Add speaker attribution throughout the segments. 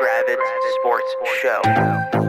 Speaker 1: Kravitz Sports Show.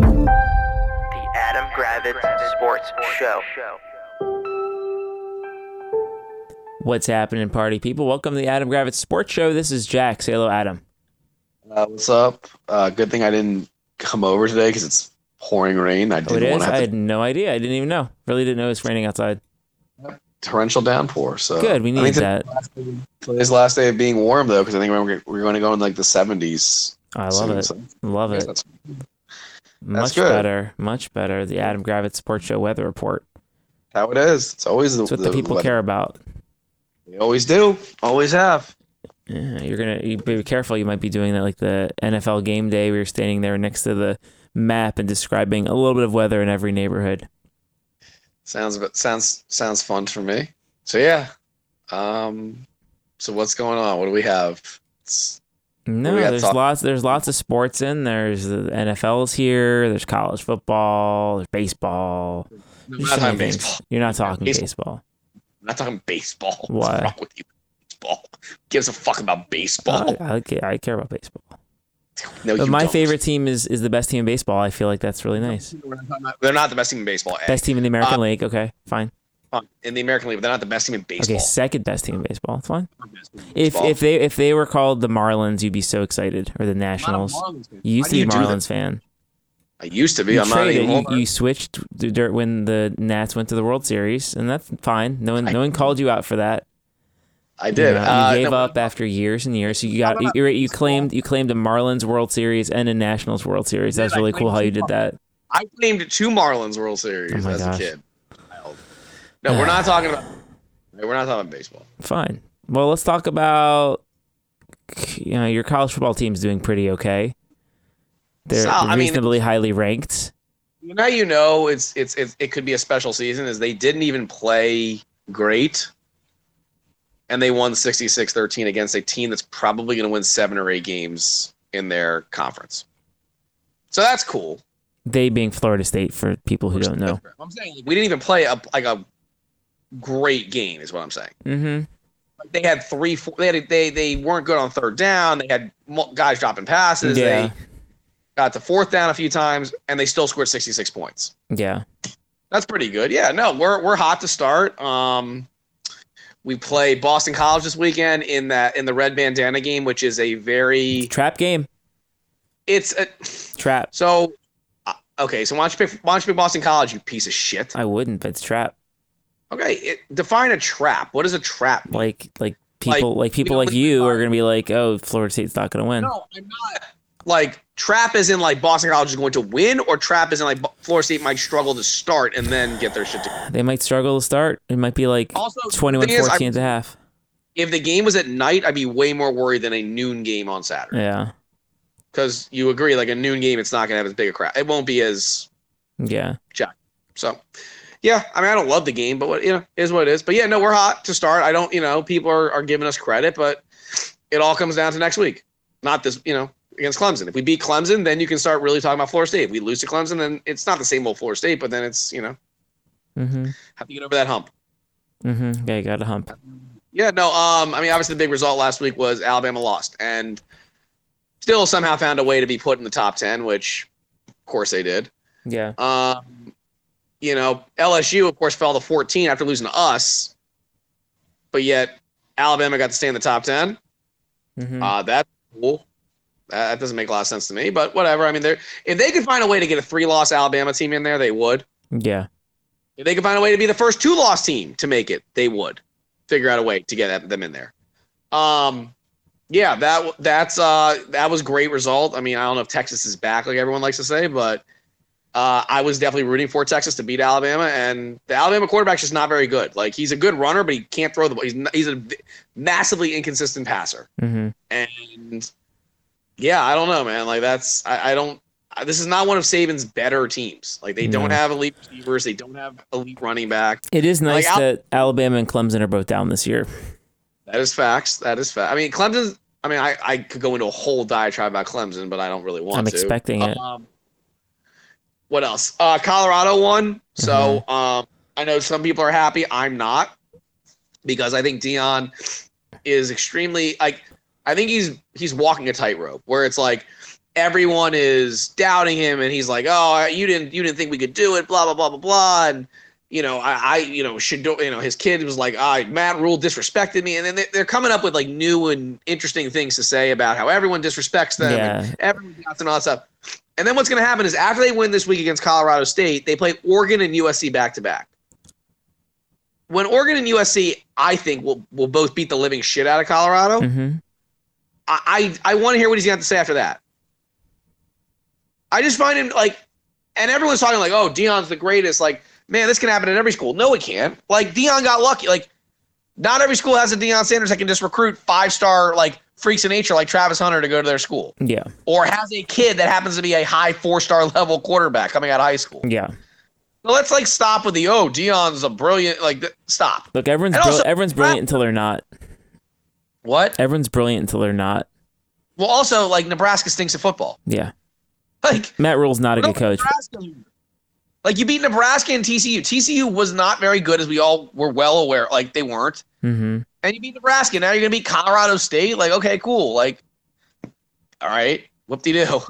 Speaker 1: The Adam Gravitz Sports Show.
Speaker 2: What's happening, party people? Welcome to the Adam Gravitz Sports Show. This is Jack. Say hello, Adam.
Speaker 3: Uh, what's up? Uh, good thing I didn't come over today because it's pouring rain.
Speaker 2: Oh,
Speaker 3: I
Speaker 2: it
Speaker 3: didn't
Speaker 2: is?
Speaker 3: want to
Speaker 2: I
Speaker 3: have
Speaker 2: had no idea. I didn't even know. Really didn't know it was raining outside.
Speaker 3: a torrential downpour. So
Speaker 2: Good. We
Speaker 3: Uh, I
Speaker 2: need
Speaker 3: think
Speaker 2: that.
Speaker 3: Today's last day of being warm though, because I think we're, we're going to go in like the 70s.
Speaker 2: I
Speaker 3: soon,
Speaker 2: love it.
Speaker 3: so
Speaker 2: Love
Speaker 3: I guess
Speaker 2: it.
Speaker 3: that's-
Speaker 2: Much
Speaker 3: good.
Speaker 2: better. Much better. The Adam Gravitz Sports Show weather report.
Speaker 3: how it is. It's always
Speaker 2: It's what the people care about.
Speaker 3: They always do. Always have.
Speaker 2: Yeah, you're gonna you be careful. You might be doing that like the NFL game day. where you're standing there next to the map and describing a little bit of weather in every neighborhood.
Speaker 3: Sounds about- sounds sounds fun for me. So yeah. Um. So what's going on? What do we have? It's,
Speaker 2: No,
Speaker 3: We got
Speaker 2: there's
Speaker 3: talk-
Speaker 2: lots. There's lots of sports in. There's the NFL's here. There's college football. There's baseball.
Speaker 3: I'm
Speaker 2: There's
Speaker 3: not
Speaker 2: so many
Speaker 3: talking
Speaker 2: things.
Speaker 3: baseball.
Speaker 2: You're not talking
Speaker 3: Baseball.
Speaker 2: baseball.
Speaker 3: I'm not talking baseball.
Speaker 2: Why?
Speaker 3: What's wrong with you? Baseball. Who gives a fuck about baseball?
Speaker 2: I, I, ca- I care about baseball.
Speaker 3: no,
Speaker 2: Oh, But
Speaker 3: you
Speaker 2: my
Speaker 3: don't.
Speaker 2: favorite team is is the best team in baseball. I feel like that's really nice.
Speaker 3: We're not talking about- They're not the best team in baseball. A.
Speaker 2: Best team in the American
Speaker 3: Uh,
Speaker 2: League. Okay, fine.
Speaker 3: Fine. in the American League, but they're not the best team in baseball.
Speaker 2: Okay, second best team in baseball. It's fine.
Speaker 3: Best team in
Speaker 2: If
Speaker 3: baseball.
Speaker 2: if they if they were called the Marlins, you'd be so excited, or the
Speaker 3: I'm not a
Speaker 2: Nationals.
Speaker 3: Marlins fan.
Speaker 2: You used
Speaker 3: Why
Speaker 2: to
Speaker 3: do
Speaker 2: be a
Speaker 3: you do that?
Speaker 2: Marlins fan.
Speaker 3: I used to be.
Speaker 2: You
Speaker 3: I'm not
Speaker 2: traded.
Speaker 3: anymore.
Speaker 2: You, you switched d- dirt when the Nats went to the World Series, and that's fine. No one
Speaker 3: I-
Speaker 2: no one called you out for that.
Speaker 3: I
Speaker 2: You,
Speaker 3: did.
Speaker 2: know, you
Speaker 3: uh,
Speaker 2: gave
Speaker 3: no,
Speaker 2: up after years and years. You
Speaker 3: I'm
Speaker 2: got you,
Speaker 3: not-
Speaker 2: you you claimed you claimed a Marlins World Series and a Nationals World Series.
Speaker 3: did.
Speaker 2: That's
Speaker 3: I
Speaker 2: really cool
Speaker 3: claimed
Speaker 2: how
Speaker 3: two
Speaker 2: you did
Speaker 3: Marlins.
Speaker 2: that.
Speaker 3: I claimed two Marlins World Series
Speaker 2: Oh my
Speaker 3: as
Speaker 2: gosh.
Speaker 3: a kid. Wild. No, we're not talking about. We're not talking about baseball.
Speaker 2: Fine. Well, let's talk about you know your college football team's doing pretty okay. They're
Speaker 3: So, I mean-
Speaker 2: reasonably highly ranked.
Speaker 3: Now you know it's it's it, it could be a special season. Is they didn't even play great, and they won 66-13 against a team that's probably going to win seven or eight games in their conference. So that's cool.
Speaker 2: They being Florida State for people who don't know.
Speaker 3: I'm saying like, we didn't even play a like a great game is what I'm saying.
Speaker 2: Mm-hmm.
Speaker 3: Like, they had three, four. They had a, they they weren't good on third down. They had mul- guys dropping passes.
Speaker 2: Yeah.
Speaker 3: They got to fourth down a few times, and they still scored 66 points.
Speaker 2: Yeah.
Speaker 3: That's pretty good. Yeah, no, we're we're hot to start. Um, we play Boston College this weekend in that in the red bandana game, which is a very
Speaker 2: Trap game.
Speaker 3: it's a
Speaker 2: Trap.
Speaker 3: so uh, okay. So why don't you pick why don't you pick Boston College, you piece of shit?
Speaker 2: I wouldn't, but it's trap.
Speaker 3: Okay, it, define a trap. What is a trap?
Speaker 2: Like like
Speaker 3: Like,
Speaker 2: people like, people
Speaker 3: don't
Speaker 2: like
Speaker 3: leave
Speaker 2: you
Speaker 3: the
Speaker 2: are gonna be like, oh, Florida State's not gonna win.
Speaker 3: No, I'm not. Like trap is in like Boston College is going to win, or trap is in like Bo- Florida State might struggle to start and then get their shit together.
Speaker 2: They might struggle to start. It might be like
Speaker 3: Also, the
Speaker 2: twenty one
Speaker 3: thing is, I-
Speaker 2: fourteen at the half.
Speaker 3: If the game was at night, I'd be way more worried than a noon game on Saturday.
Speaker 2: Yeah.
Speaker 3: because you agree like a noon game it's not going to have as big a crowd it won't be as
Speaker 2: Yeah.
Speaker 3: so yeah i mean i don't love the game but what you know it is what it is but yeah no we're hot to start i don't you know people are, are giving us credit but it all comes down to next week not this you know against clemson if we beat clemson then you can start really talking about florida state if we lose to clemson then it's not the same old florida state but then it's you know
Speaker 2: Mm-hmm.
Speaker 3: have to get over that hump
Speaker 2: Mm-hmm. Okay, got a hump.
Speaker 3: yeah no um i mean obviously the big result last week was alabama lost and still somehow found a way to be put in the top 10 which of course they did
Speaker 2: Yeah.
Speaker 3: Um, you know, LSU, of course, fell to 14 after losing to us, but yet Alabama got to stay in the top 10.
Speaker 2: Mm-hmm.
Speaker 3: Uh, that's cool. That, that doesn't make a lot of sense to me, but whatever. I mean, they're, if they could find a way to get a three loss Alabama team in there, they would.
Speaker 2: yeah.
Speaker 3: If they could find a way to be the first two loss team to make it, they would figure out a way to get that- them in there. Um, yeah, that w- that's uh, that was great result. I mean, I don't know if Texas is back like everyone likes to say, but uh, I was definitely rooting for Texas to beat Alabama, and the Alabama quarterback's just not very good. Like he's a good runner, but he can't throw the ball. He's n- he's a v- massively inconsistent passer,
Speaker 2: Mm-hmm.
Speaker 3: and yeah, I don't know, man. Like that's I, I don't. I- This is not one of Saban's better teams. Like they don't
Speaker 2: No.
Speaker 3: have elite receivers. They don't have elite running back.
Speaker 2: It is nice
Speaker 3: Like, Al-
Speaker 2: that Alabama and Clemson are both down this year.
Speaker 3: That is facts. That is fact. I mean, Clemson. I mean, I, I could go into a whole diatribe about Clemson, but I don't really want
Speaker 2: I'm
Speaker 3: to.
Speaker 2: expecting it.
Speaker 3: Um, what else? Uh, Colorado won. So um, I know some people are happy. I'm not because I think Dion is extremely like. I think he's he's walking a tightrope where it's like everyone is doubting him, and he's like, "Oh, you didn't you didn't think we could do it?" Blah blah blah blah blah. And you know, I, I you know should do you know his kid was like, "Ah, Matt Rule disrespected me," and then they- they're coming up with like new and interesting things to say about how everyone disrespects them. and
Speaker 2: yeah.
Speaker 3: everyone doubts and all that stuff. And then what's going to happen is after they win this week against Colorado State, they play Oregon and USC back to back. When Oregon and USC, I think will will both beat the living shit out of Colorado.
Speaker 2: hmm
Speaker 3: I I, I want to hear what he's going to have to say after that. I just find him like, and everyone's talking like, oh, Dion's the greatest. Like, man, this can happen at every school. No, it can't. Like, Dion got lucky. Like, not every school has a Dion Sanders that can just recruit five star like freaks of nature like Travis Hunter to go to their school
Speaker 2: Yeah.
Speaker 3: or has a kid that happens to be a high four star level quarterback coming out of high school.
Speaker 2: Yeah.
Speaker 3: So let's like stop with the oh Dion's a brilliant like th- stop.
Speaker 2: Look, everyone's
Speaker 3: And
Speaker 2: bril-
Speaker 3: also-
Speaker 2: everyone's brilliant until they're not.
Speaker 3: What?
Speaker 2: Everyone's brilliant until they're not.
Speaker 3: Well, also like Nebraska stinks at football.
Speaker 2: Yeah.
Speaker 3: Like
Speaker 2: Matt Rule's not a good coach.
Speaker 3: Nebraska. Like you beat Nebraska and TCU. TCU was not very good as we all were well aware. Like they weren't.
Speaker 2: hmm
Speaker 3: And you beat Nebraska. Now you're gonna beat Colorado State. Like okay, cool. Like all right, whoop de doo.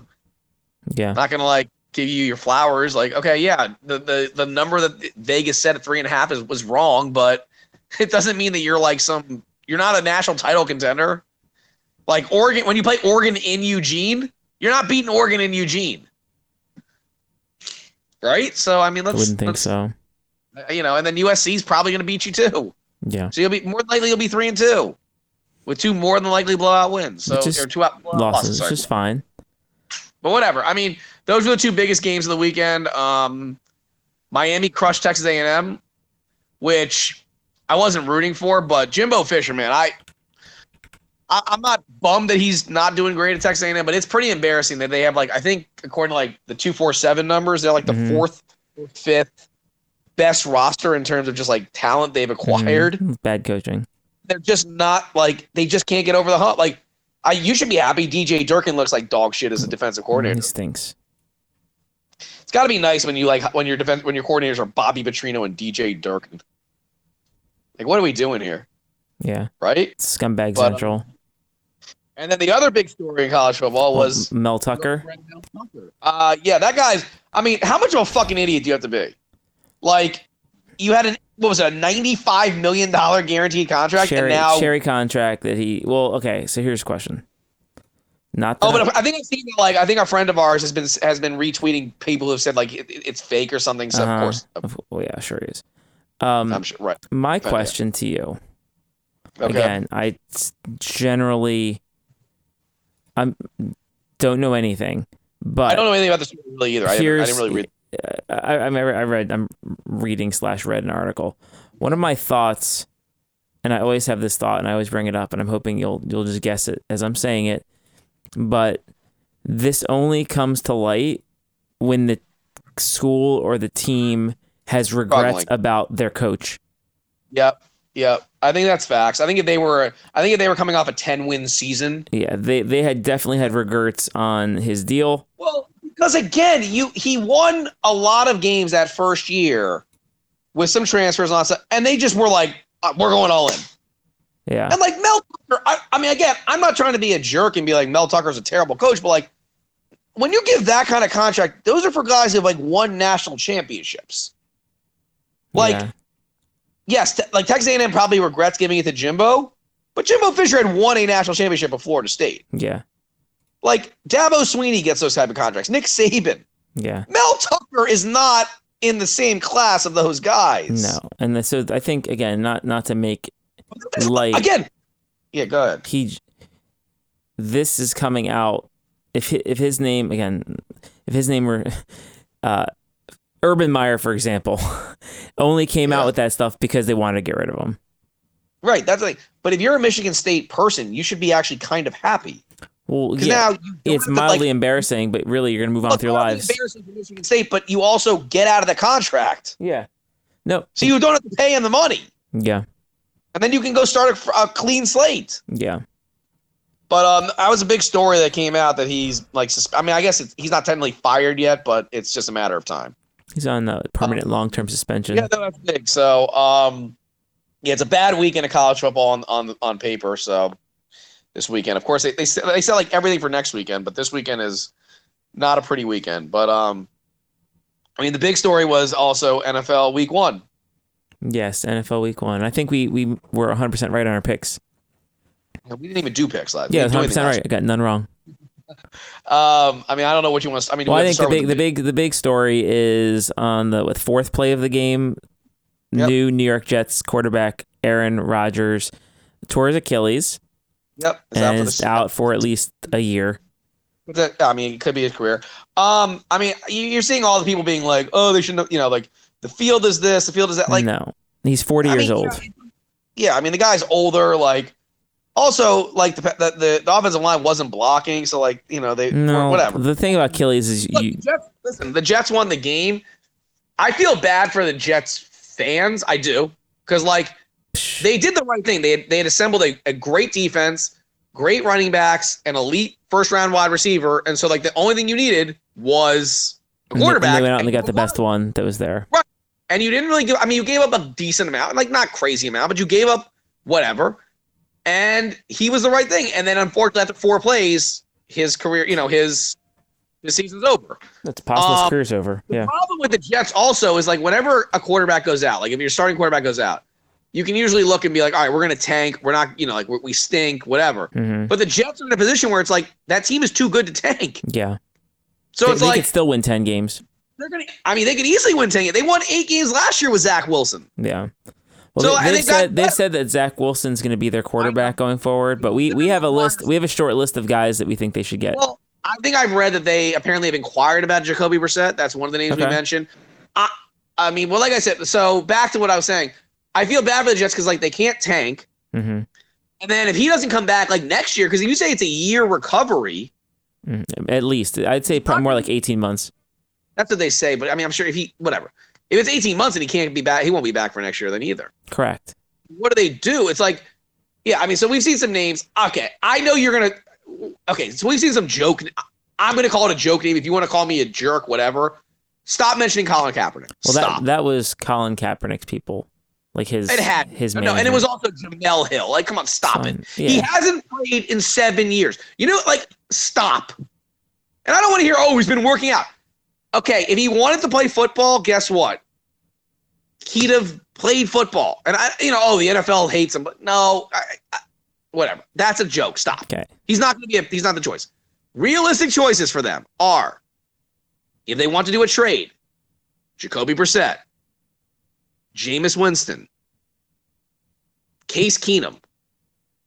Speaker 2: Yeah.
Speaker 3: not gonna like give you your flowers. Like, okay, yeah, the the, the number that Vegas set at three and a half is, was wrong, but it doesn't mean that you're like some you're not a national title contender. Like Oregon, when you play Oregon in Eugene, you're not beating Oregon in Eugene, right? So I mean,
Speaker 2: I
Speaker 3: let's
Speaker 2: wouldn't think
Speaker 3: let's-
Speaker 2: so.
Speaker 3: You know, and then USC's probably gonna beat you too.
Speaker 2: Yeah.
Speaker 3: So you'll be more than likely you'll be three and two, with two more than likely blowout wins. So
Speaker 2: It's just
Speaker 3: or two out blowout
Speaker 2: Losses.
Speaker 3: losses. sorry.
Speaker 2: It's just fine.
Speaker 3: But whatever. I mean, those were the two biggest games of the weekend. Um, Miami crushed Texas A&M, which I wasn't rooting for, but Jimbo Fisher, man, I, I I'm not bummed that he's not doing great at Texas A&M, but it's pretty embarrassing that they have like I think according to like the two four seven numbers, they're like the
Speaker 2: Mhm.
Speaker 3: fourth, fifth best roster in terms of just like talent they've acquired
Speaker 2: Mhm. Bad coaching.
Speaker 3: they're just not like they just can't get over the hump. Like I, you should be happy. DJ Durkin looks like dog shit as a defensive coordinator.
Speaker 2: He stinks.
Speaker 3: It's got to be nice when you like when your defense when your coordinators are Bobby Petrino and DJ Durkin. Like what are we doing here,
Speaker 2: Yeah.
Speaker 3: right?
Speaker 2: Scumbag
Speaker 3: But, uh,
Speaker 2: Central.
Speaker 3: And then the other big story in college football
Speaker 2: Oh,
Speaker 3: was
Speaker 2: Mel Tucker.
Speaker 3: Uh, yeah, that guy's. I mean, how much of a fucking idiot do you have to be? Like, you had an what was it, a ninety-five million dollar guaranteed contract,
Speaker 2: Sherry,
Speaker 3: and now
Speaker 2: Sherry contract that he. Well, okay. So here's a question. Not that
Speaker 3: Oh, but I think I've seen that. Like, I think a friend of ours has been has been retweeting people who've said like it, it- it's fake or something. So
Speaker 2: Uh-huh.
Speaker 3: of course,
Speaker 2: Of- well, yeah, sure he is. Um,
Speaker 3: I'm sure. Right.
Speaker 2: my
Speaker 3: yeah.
Speaker 2: question to you
Speaker 3: Okay.
Speaker 2: again, I s- generally, I'm don't know anything, but
Speaker 3: I don't know anything about this really either. I didn't, I
Speaker 2: Here's-
Speaker 3: didn't really read.
Speaker 2: I, I, remember I read, I'm reading slash read an article. One of my thoughts, and I always have this thought, and I always bring it up, and I'm hoping you'll you'll just guess it as I'm saying it. But this only comes to light when the school or the team has regrets
Speaker 3: Struggling.
Speaker 2: about their coach.
Speaker 3: Yep. Yep. I think that's facts. I think if they were, I think if they were coming off a ten win season,
Speaker 2: Yeah, they they had definitely had regrets on his deal.
Speaker 3: Well, because again, you he won a lot of games that first year with some transfers and all that stuff, and they just were like, uh, "We're going all in."
Speaker 2: Yeah,
Speaker 3: And like Mel Tucker, I, I mean, again, I'm not trying to be a jerk and be like Mel Tucker's a terrible coach, but like when you give that kind of contract, those are for guys who have like won national championships. Like,
Speaker 2: yeah.
Speaker 3: yes, te- like Texas A&M probably regrets giving it to Jimbo, but Jimbo Fisher had won a national championship with Florida State.
Speaker 2: yeah,
Speaker 3: Like Dabo Sweeney gets those type of contracts. Nick Saban.
Speaker 2: yeah.
Speaker 3: Mel Tucker is not in the same class of those guys.
Speaker 2: No, and then- so I think again, not not to make light
Speaker 3: Again, yeah, go ahead.
Speaker 2: he j- this is coming out if hi- if his name again if his name were uh Urban Meyer for example only came
Speaker 3: Yeah.
Speaker 2: out with that stuff because they wanted to get rid of him.
Speaker 3: Right, that's like. But if you're a Michigan State person, you should be actually kind of happy.
Speaker 2: Well,
Speaker 3: Because
Speaker 2: yeah,
Speaker 3: now you don't
Speaker 2: it's
Speaker 3: have to, like,
Speaker 2: mildly embarrassing, but really you're gonna move on with your
Speaker 3: mildly
Speaker 2: lives.
Speaker 3: embarrassing for Michigan State, but you also get out of the contract,
Speaker 2: Yeah. No.
Speaker 3: so you don't have to pay him the money,
Speaker 2: Yeah.
Speaker 3: and then you can go start a, a clean slate.
Speaker 2: Yeah.
Speaker 3: But um, that was a big story that came out that he's like. Susp- I mean, I guess it's, he's not technically fired yet, but it's just a matter of time.
Speaker 2: He's on uh, permanent long-term suspension.
Speaker 3: Yeah, no, that's big. So, um, yeah, it's a bad weekend of college football on on, on paper. So, this weekend, of course, they they sell, they sell like everything for next weekend, but this weekend is not a pretty weekend. But um, I mean, the big story was also NFL Week One.
Speaker 2: Yes, NFL Week One. I think we we were 100 percent right on our picks.
Speaker 3: We didn't even do picks last.
Speaker 2: Yeah,
Speaker 3: we
Speaker 2: 100
Speaker 3: didn't do anything
Speaker 2: percent right. I got none wrong.
Speaker 3: last- Um, I mean, I don't know what you want to. I mean, do
Speaker 2: Well,
Speaker 3: we
Speaker 2: I
Speaker 3: have to
Speaker 2: think the
Speaker 3: start
Speaker 2: big the big
Speaker 3: with
Speaker 2: the big story is on the with fourth play of the game.
Speaker 3: Yep.
Speaker 2: New New York Jets quarterback Aaron Rodgers tore his Achilles
Speaker 3: Yep, is that
Speaker 2: and
Speaker 3: for
Speaker 2: is
Speaker 3: the-
Speaker 2: out for at least a year.
Speaker 3: But that- I mean, it could be his career. Um, I mean, you- you're seeing all the people being like, "Oh, they shouldn't," have-" you know, like the field is this, the field is that. Like,
Speaker 2: no, he's 40
Speaker 3: I
Speaker 2: years
Speaker 3: mean,
Speaker 2: old.
Speaker 3: Yeah, I mean, the guy's older. Like, also, like the the, the, the offensive line wasn't blocking, so like, you know, they
Speaker 2: no,
Speaker 3: whatever.
Speaker 2: The thing about Achilles is
Speaker 3: Look,
Speaker 2: you.
Speaker 3: the Jets, listen, the Jets won the game. I feel bad for the Jets fans. I do because like they did the right thing. They had, they had assembled a, a great defense, great running backs, an elite first round wide receiver, and so like the only thing you needed was a
Speaker 2: and they- and
Speaker 3: quarterback.
Speaker 2: They went out and they got the best one that was there.
Speaker 3: and you didn't really give. I mean, you gave up a decent amount, like not crazy amount, but you gave up whatever. And he was the right thing. And then unfortunately, after four plays, his career, you know, his his season's over.
Speaker 2: That's possible.
Speaker 3: Um,
Speaker 2: career's over.
Speaker 3: The
Speaker 2: Yeah.
Speaker 3: problem with the Jets also is like whenever a quarterback goes out, like if your starting quarterback goes out, you can usually look and be like, all right, we're gonna tank. We're not, you know, like we we stink, whatever.
Speaker 2: hmm
Speaker 3: But the Jets are in a position where it's like that team is too good to tank.
Speaker 2: Yeah.
Speaker 3: So
Speaker 2: they,
Speaker 3: it's
Speaker 2: they
Speaker 3: like
Speaker 2: could still win 10 games.
Speaker 3: they're gonna. I mean, they could easily win ten. They won eight games last year with Zach Wilson.
Speaker 2: Yeah.
Speaker 3: So,
Speaker 2: Well,
Speaker 3: and
Speaker 2: they,
Speaker 3: they
Speaker 2: they've
Speaker 3: got
Speaker 2: said they've
Speaker 3: better.
Speaker 2: said that Zach Wilson's going to be their quarterback going forward, but we, we have a list. We have a short list of guys that we think they should get.
Speaker 3: Well, I think I've read that they apparently have inquired about Jacoby Brissett. That's one of the names we
Speaker 2: Okay.
Speaker 3: mentioned. I, I mean, well, like I said, so back to what I was saying. I feel bad for the Jets because like they can't tank,
Speaker 2: hmm
Speaker 3: and then if he doesn't come back like next year, because if you say it's a year recovery,
Speaker 2: At least I'd say probably more like 18 months.
Speaker 3: that's what they say. But I mean, I'm sure if he whatever, if it's 18 months and he can't be back, he won't be back for next year then either.
Speaker 2: Correct.
Speaker 3: What do they do? It's like, yeah, I mean, so we've seen some names. Okay, I know you're gonna. Okay, so we've seen some joke. I'm gonna call it a joke name. If you want to call me a jerk, whatever. Stop mentioning Colin Kaepernick.
Speaker 2: Well,
Speaker 3: Stop.
Speaker 2: that that was Colin Kaepernick's people, like his
Speaker 3: It had
Speaker 2: his
Speaker 3: no, and it
Speaker 2: management.
Speaker 3: was also Jamel Hill. Like, come on, stop it.
Speaker 2: Fine.
Speaker 3: He
Speaker 2: Yeah.
Speaker 3: hasn't played in seven years. You know, like, stop. And I don't want to hear, oh, he's been working out. Okay, if he wanted to play football, guess what? He'd have played football. And I, you know, oh, the NFL hates him, but no, I, I, whatever. That's a joke. Stop.
Speaker 2: Okay.
Speaker 3: He's not going to be. A, he's not the choice. Realistic choices for them are, if they want to do a trade, Jacoby Brissett, Jameis Winston, Case Keenum.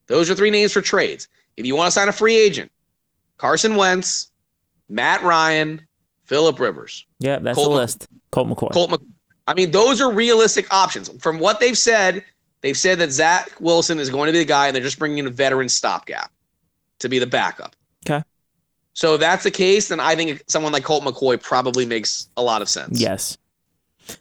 Speaker 3: Those are three names for trades. If you want to sign a free agent, Carson Wentz, Matt Ryan, Philip Rivers,
Speaker 2: Yeah, that's
Speaker 3: Colt
Speaker 2: the
Speaker 3: Mc-
Speaker 2: list. Colt McCoy.
Speaker 3: Colt Mc- I mean, those are realistic options. From what they've said, they've said that Zach Wilson is going to be the guy, and they're just bringing in a veteran stopgap to be the backup.
Speaker 2: Okay.
Speaker 3: So if that's the case, then I think someone like Colt McCoy probably makes a lot of sense.
Speaker 2: Yes.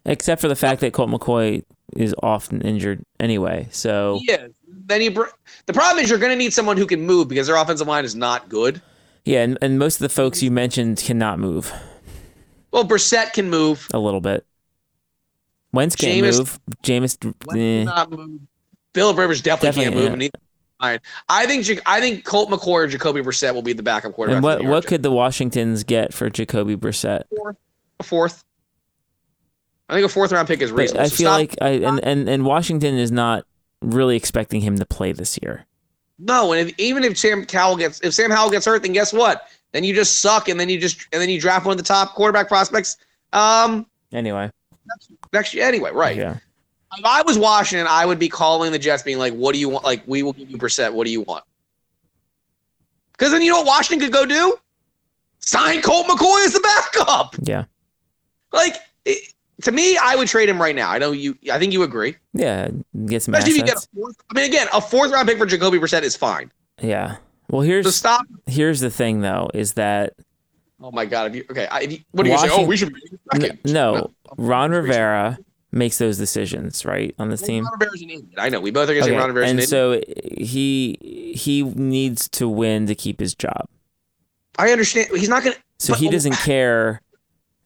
Speaker 2: Except for the fact that Colt McCoy is often injured anyway. So
Speaker 3: Yeah. Then you. Br- the problem is you're going to need someone who can move because their offensive line is not good.
Speaker 2: yeah, and, and most of the folks you mentioned cannot move
Speaker 3: Well, Brissett can move.
Speaker 2: a little bit. Wentz can't
Speaker 3: Jameis-
Speaker 2: move. Jameis eh,
Speaker 3: Not move. Philip Rivers definitely,
Speaker 2: Definitely,
Speaker 3: can't move. And he- I think Ja- I think Colt McCoy or Jacoby Brissett will be the backup quarterback.
Speaker 2: and
Speaker 3: for
Speaker 2: what
Speaker 3: the New York
Speaker 2: what could the Washingtons get for Jacoby Brissett?
Speaker 3: a fourth. I think a fourth round pick is
Speaker 2: But
Speaker 3: reasonable.
Speaker 2: I
Speaker 3: So
Speaker 2: feel
Speaker 3: stop-
Speaker 2: like I and, and, and Washington is not really expecting him to play this year.
Speaker 3: no, and if, even if Sam Cowell gets if Sam Howell gets hurt, then guess what? Then you just suck, and then you just and then you draft one of the top quarterback prospects. Um,
Speaker 2: Anyway.
Speaker 3: next year anyway, right?
Speaker 2: Yeah.
Speaker 3: If I was Washington, I would be calling the Jets, being like, "What do you want? Like, we will give you percent. What do you want?" Because then you know what Washington could go do? Sign Colt McCoy as the backup.
Speaker 2: Yeah.
Speaker 3: Like it, to me, I would trade him right now. I know you. I think you agree.
Speaker 2: Yeah. Get some
Speaker 3: Especially if you get a
Speaker 2: assets.
Speaker 3: fourth. I mean, again, a fourth round pick for Jacoby Brissett is fine.
Speaker 2: Yeah. Well, here's
Speaker 3: So stop.
Speaker 2: here's the thing though is that
Speaker 3: Oh my god. If you okay, I, if you, what are you going to say? Oh,
Speaker 2: Washington-
Speaker 3: we should be
Speaker 2: n-
Speaker 3: second.
Speaker 2: no, Ron Rivera makes those decisions right on this team.
Speaker 3: Ron Rivera's an idiot. I know. We both are going to
Speaker 2: Okay,
Speaker 3: say Ron Rivera's
Speaker 2: And
Speaker 3: an idiot.
Speaker 2: so he he needs to win to keep his job.
Speaker 3: I understand. He's not going to.
Speaker 2: So he doesn't care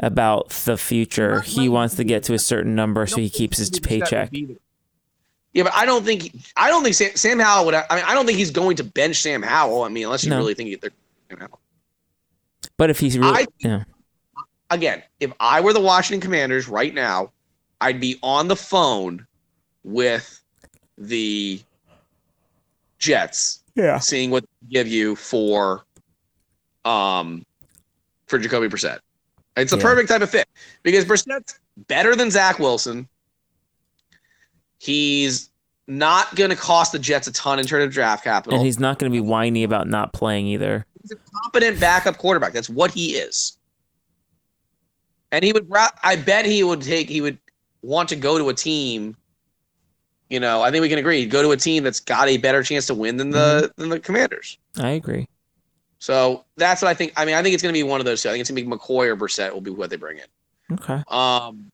Speaker 2: about the future. He wants to get to a certain number so he keeps his paycheck.
Speaker 3: Yeah, but I don't think I don't think Sam, Sam Howell would. I mean, I don't think he's going to bench Sam Howell. I mean, unless you
Speaker 2: No.
Speaker 3: really think they're Sam Howell.
Speaker 2: But if he's really,
Speaker 3: I-
Speaker 2: yeah,
Speaker 3: again. If I were the Washington Commanders right now, I'd be on the phone with the Jets,
Speaker 2: yeah,
Speaker 3: seeing what they give you for, um, for Jacoby Brissett. It's the
Speaker 2: Yeah.
Speaker 3: perfect type of fit because Brissett's better than Zach Wilson. He's not going to cost the Jets a ton in terms of draft capital.
Speaker 2: and he's not going to be whiny about not playing either.
Speaker 3: He's a competent backup quarterback. That's what he is. And he would. ra- I bet he would take. He would want to go to a team. You know, I think we can agree. He'd Go to a team that's got a better chance to win than the
Speaker 2: Mm-hmm.
Speaker 3: than the Commanders.
Speaker 2: I agree.
Speaker 3: So that's what I think. I mean, I think it's going to be one of those two. I think it's going to be McCoy or Brissett will be what they bring in.
Speaker 2: Okay.
Speaker 3: Um,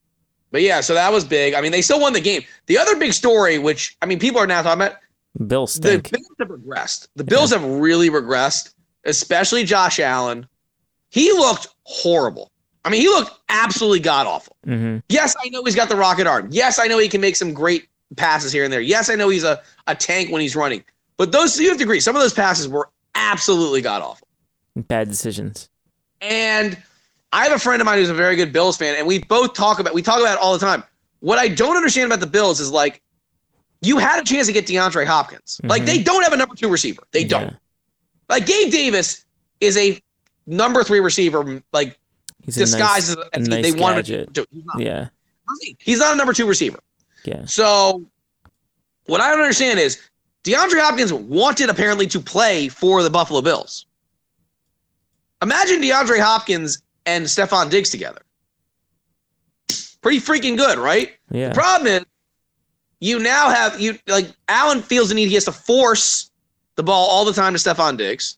Speaker 3: but yeah, so that was big. I mean, they still won the game. The other big story, which I mean, people are now talking about,
Speaker 2: Bill stink.
Speaker 3: the Bills have regressed. The Bills have really regressed, especially Josh Allen. He looked horrible. I mean, he looked absolutely god awful.
Speaker 2: hmm
Speaker 3: Yes, I know he's got the rocket arm. Yes, I know he can make some great passes here and there. Yes, I know he's a, a tank when he's running. But those you have to agree, some of those passes were absolutely god awful.
Speaker 2: Bad decisions.
Speaker 3: And I have a friend of mine who's a very good Bills fan, and we both talk about we talk about it all the time. What I don't understand about the Bills is like you had a chance to get DeAndre Hopkins. Like
Speaker 2: Mhm.
Speaker 3: they don't have a number two receiver. They don't.
Speaker 2: Yeah.
Speaker 3: Like Gabe Davis is a number three receiver, like
Speaker 2: He's a nice-
Speaker 3: disguised
Speaker 2: a
Speaker 3: as
Speaker 2: nice
Speaker 3: they want him
Speaker 2: gadget.
Speaker 3: to. He's not,
Speaker 2: yeah.
Speaker 3: he's not a number two receiver.
Speaker 2: Yeah.
Speaker 3: So what I don't understand is DeAndre Hopkins wanted apparently to play for the Buffalo Bills. Imagine DeAndre Hopkins and Stefan Diggs together. Pretty freaking good, right?
Speaker 2: Yeah.
Speaker 3: The problem is you now have you like Allen feels the need he has to force the ball all the time to Stefan Diggs.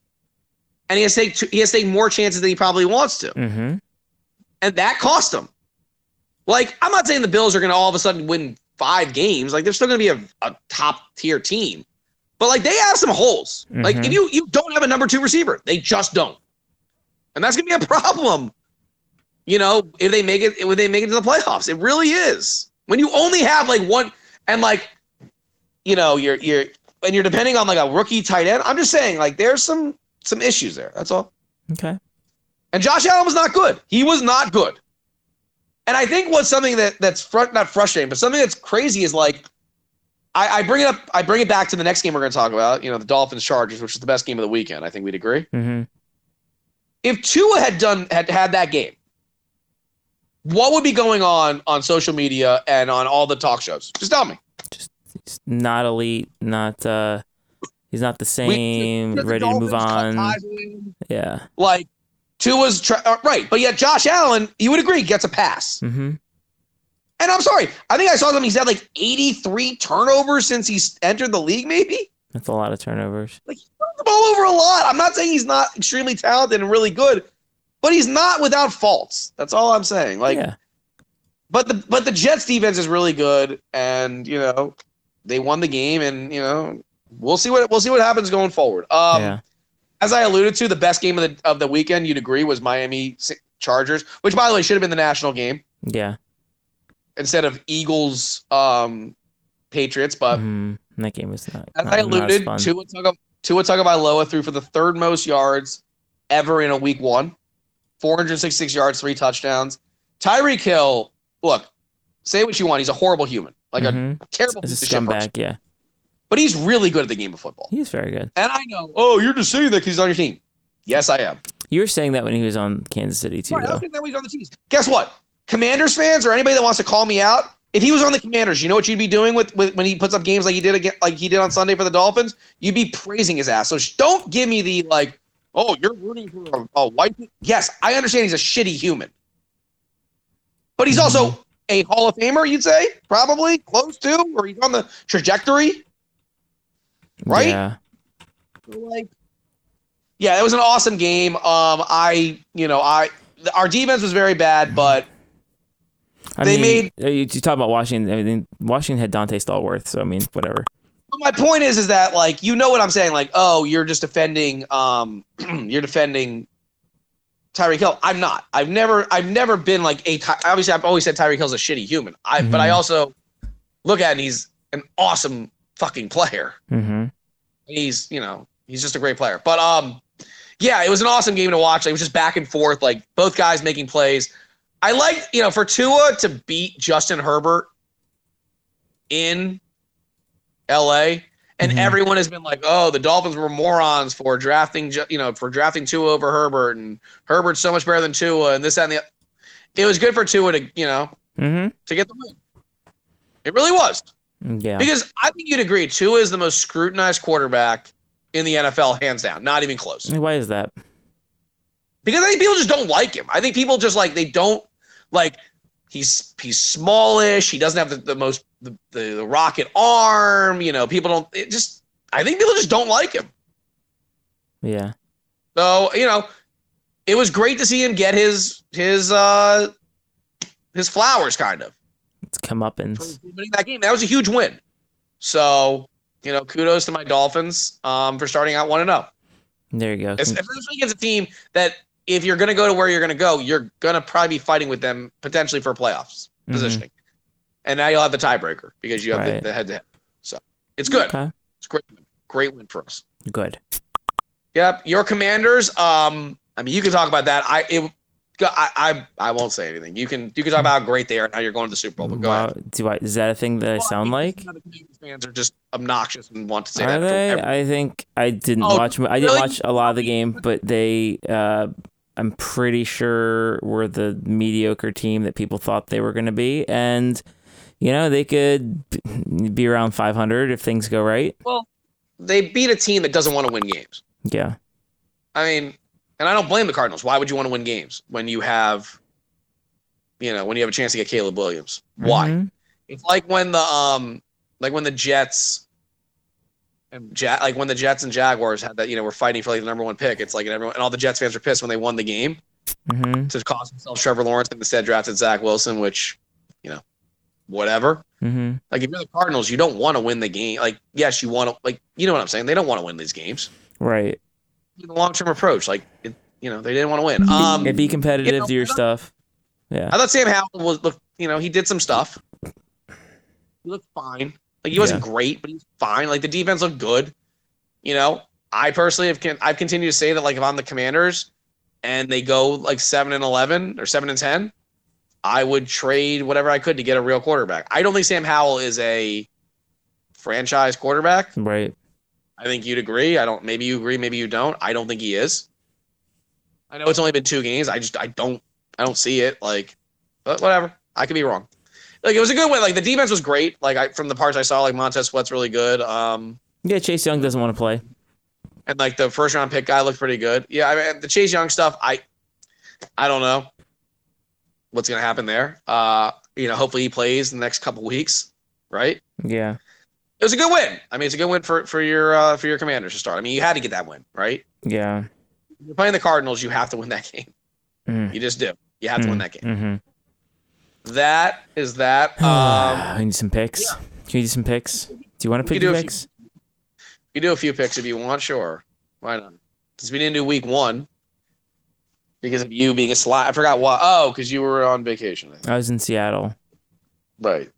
Speaker 3: And he has to take two, he has to take more chances than he probably wants to
Speaker 2: Mm-hmm.
Speaker 3: and that cost them. Like, I'm not saying the Bills are going to all of a sudden win five games. Like, they're still going to be a, a top tier team, but like they have some holes. Like,
Speaker 2: Mhm.
Speaker 3: if you you don't have a number two receiver, they just don't, and that's going to be a problem. You know, if they make it, if they make it to the playoffs, it really is. When you only have like one, and like, you know, you're you're and you're depending on like a rookie tight end. I'm just saying, like, there's some some issues there. That's all.
Speaker 2: Okay.
Speaker 3: And Josh Allen was not good. He was not good. And I think what's something that that's fr- not frustrating, but something that's crazy is like, I, I bring it up. I bring it back to the next game we're going to talk about. You know, the Dolphins Chargers, which is the best game of the weekend. I think we'd agree.
Speaker 2: Mm-hmm.
Speaker 3: If Tua had done had had that game, what would be going on on social media and on all the talk shows? Just tell me.
Speaker 2: He's not elite. Not. uh He's not the same.
Speaker 3: Because the
Speaker 2: ready to move
Speaker 3: Dolphins cut
Speaker 2: on.
Speaker 3: ties with him.
Speaker 2: Yeah.
Speaker 3: Like Tua's try- uh, right, but yet Josh Allen, you would agree, gets a pass.
Speaker 2: Mm-hmm.
Speaker 3: And I'm sorry, I think I saw something. He's had like 83 turnovers since he's entered the league. Maybe
Speaker 2: That's a lot of turnovers.
Speaker 3: Turns the ball over a lot. I'm not saying he's not extremely talented and really good, but he's not without faults. That's all I'm saying. Like,
Speaker 2: yeah.
Speaker 3: but the but the Jets defense is really good, and you know they won the game, and you know we'll see what we'll see what happens going forward. Um,
Speaker 2: yeah.
Speaker 3: As I alluded to, the best game of the of the weekend, you'd agree, was Miami Chargers, which by the way should have been the national game
Speaker 2: Yeah.
Speaker 3: instead of Eagles um, Patriots, but.
Speaker 2: Mhm. That game was not.
Speaker 3: As
Speaker 2: not,
Speaker 3: I
Speaker 2: not
Speaker 3: alluded,
Speaker 2: fun.
Speaker 3: Tua Tagovailoa Tua Tagovailoa threw for the third most yards ever in a week one, 466 yards, three touchdowns. Tyreek Hill, look, say what you want, he's a horrible human, like
Speaker 2: Mhm.
Speaker 3: a terrible
Speaker 2: As a
Speaker 3: piece of shit person.
Speaker 2: scumbag. Yeah.
Speaker 3: But he's really good at the game of football.
Speaker 2: He's very good.
Speaker 3: And I know, oh, you're just saying that because he's on your team. Yes, I am.
Speaker 2: You were saying that when he was on Kansas City too,
Speaker 3: Right, I
Speaker 2: though.
Speaker 3: was saying that when he's on the Chiefs. Guess what? Commanders fans or anybody that wants to call me out, if he was on the Commanders, you know what you'd be doing with, with when he puts up games like he did again, like he did on Sunday for the Dolphins. You'd be praising his ass. So sh- don't give me the like, oh, you're rooting for a, a white. Yes, I understand he's a shitty human, but he's also a Hall of Famer. You'd say probably close to, or he's on the trajectory. right?
Speaker 2: Yeah.
Speaker 3: Like, yeah, it was an awesome game. Um, I, you know, I th- our defense was very bad, but
Speaker 2: I
Speaker 3: They
Speaker 2: mean, uh, you, you talk about Washington. I mean, Washington had Dante Stallworth, so I mean, whatever.
Speaker 3: but my point is, is that like you know what I'm saying? Like, oh, you're just defending, um, you're defending Tyreek Hill. I'm not. I've never, I've never been like a. Ty- obviously, I've always said Tyreek Hill's a shitty human. I, but I
Speaker 2: Mhm.
Speaker 3: also look at it and he's an awesome fucking player.
Speaker 2: hmm
Speaker 3: he's you know he's just a great player but um yeah it was an awesome game to watch like, it was just back and forth like both guys making plays i like you know for Tua to beat Justin Herbert in LA and
Speaker 2: Mhm.
Speaker 3: everyone has been like oh the Dolphins were morons for drafting Ju- you know for drafting Tua over Herbert and Herbert's so much better than Tua and this that, and the other. it was good for Tua to you know
Speaker 2: Mm-hmm.
Speaker 3: to get the win it really was
Speaker 2: Yeah.
Speaker 3: because I think you'd agree, Tua is the most scrutinized quarterback in the NFL, hands down. Not even close.
Speaker 2: Why is that?
Speaker 3: Because I think people just don't like him. I think people just like they don't like he's he's smallish. He doesn't have the, the most the, the, the rocket arm. You know, people don't it just. I think people just don't like him.
Speaker 2: Yeah.
Speaker 3: So you know, it was great to see him get his his uh his flowers, kind of.
Speaker 2: It's comeuppance.
Speaker 3: for winning that game. That was a huge win. So, you know, kudos to my Dolphins um, for starting out 1 and 0.
Speaker 2: There you go. Con-
Speaker 3: Especially against a team that, if you're going to go to where you're going to go, you're going to probably be fighting with them potentially for playoffs
Speaker 2: Mhm.
Speaker 3: positioning. And now you'll have the tiebreaker because you have
Speaker 2: Right.
Speaker 3: the, the head to head. So it's good.
Speaker 2: Okay.
Speaker 3: It's great. win. Great win for us.
Speaker 2: Good.
Speaker 3: Yep. Your commanders. Um, I mean, you can talk about that. I, it, I, I, I won't say anything. You can, you can talk about how great they are and how you're going to the Super Bowl, but go ahead.
Speaker 2: Wow. Do I? Is that a thing that I
Speaker 3: Well, I
Speaker 2: sound
Speaker 3: think
Speaker 2: like?
Speaker 3: that's how the Commanders Fans are just obnoxious and want to say
Speaker 2: Are
Speaker 3: that. to
Speaker 2: they?
Speaker 3: every-
Speaker 2: I think I didn't
Speaker 3: Oh,
Speaker 2: watch. mu- I didn't
Speaker 3: really?
Speaker 2: watch a lot of the game, but they. Uh, I'm pretty sure were the mediocre team that people thought they were going to be, and you know they could b- be around 500 if things go right.
Speaker 3: They beat a team that doesn't want to win games.
Speaker 2: Yeah.
Speaker 3: I mean, and I don't blame the Cardinals. Why would you want to win games when you have, you know, when you have a chance to get Caleb Williams? Why?
Speaker 2: Mhm.
Speaker 3: It's like when the um, like when the Jets. And ja- like when the Jets and Jaguars had that, you know, were fighting for like the number one pick. It's like and everyone and all the Jets fans were pissed when they won the game
Speaker 2: Mhm.
Speaker 3: to cost themselves Trevor Lawrence and instead drafted Zach Wilson, which, you know, whatever.
Speaker 2: Mhm.
Speaker 3: Like if you're the Cardinals, you don't want to win the game. Like yes, you want to. Like you know what I'm saying. They don't want to win these games.
Speaker 2: Right.
Speaker 3: The long term approach, like it, you know, they didn't want to win. Um,
Speaker 2: Yeah, be competitive.
Speaker 3: you know,
Speaker 2: do your
Speaker 3: I don't-
Speaker 2: stuff.
Speaker 3: I thought Sam Howell was look. You know, he did some stuff. He looked fine. Like he wasn't great, but he was fine. Like the defense looked good. You know, I personally have can I've continued to say that like if I'm the Commanders and they go like seven and eleven or seven and ten, I would trade whatever I could to get a real quarterback. I don't think Sam Howell is a franchise quarterback.
Speaker 2: Right.
Speaker 3: I think you'd agree. I don't. Maybe you agree. Maybe you don't. I don't think he is. I know it's only been two games. I just I don't I don't see it. Like, but whatever. I could be wrong. Like it was a good win. Like the defense was great. Like I, from the parts I saw, like Montez Sweat's really good. Um,
Speaker 2: Yeah. Chase Young doesn't want to play.
Speaker 3: and like the first round pick guy looked pretty good. Yeah, I mean the Chase Young stuff. I I don't know what's gonna happen there. Uh, you know, hopefully he plays in the next couple weeks, right?
Speaker 2: Yeah.
Speaker 3: It was a good win. I mean, it's a good win for for your uh, for your Commanders to start. I mean, you had to get that win, right?
Speaker 2: Yeah.
Speaker 3: you're playing the Cardinals, you have to win that game.
Speaker 2: Mm.
Speaker 3: You just do. You have to win that game.
Speaker 2: Mm-hmm.
Speaker 3: That is that. Um,
Speaker 2: I need some picks. Can you do some picks? Do you want to
Speaker 3: We
Speaker 2: pick
Speaker 3: can
Speaker 2: your
Speaker 3: do a few-
Speaker 2: picks?
Speaker 3: you do a few picks if you want, sure. Why not? Since we didn't do week one because of you being a slot. I forgot why. Oh, because you were on vacation. I think.
Speaker 2: I was in Seattle.
Speaker 3: Right.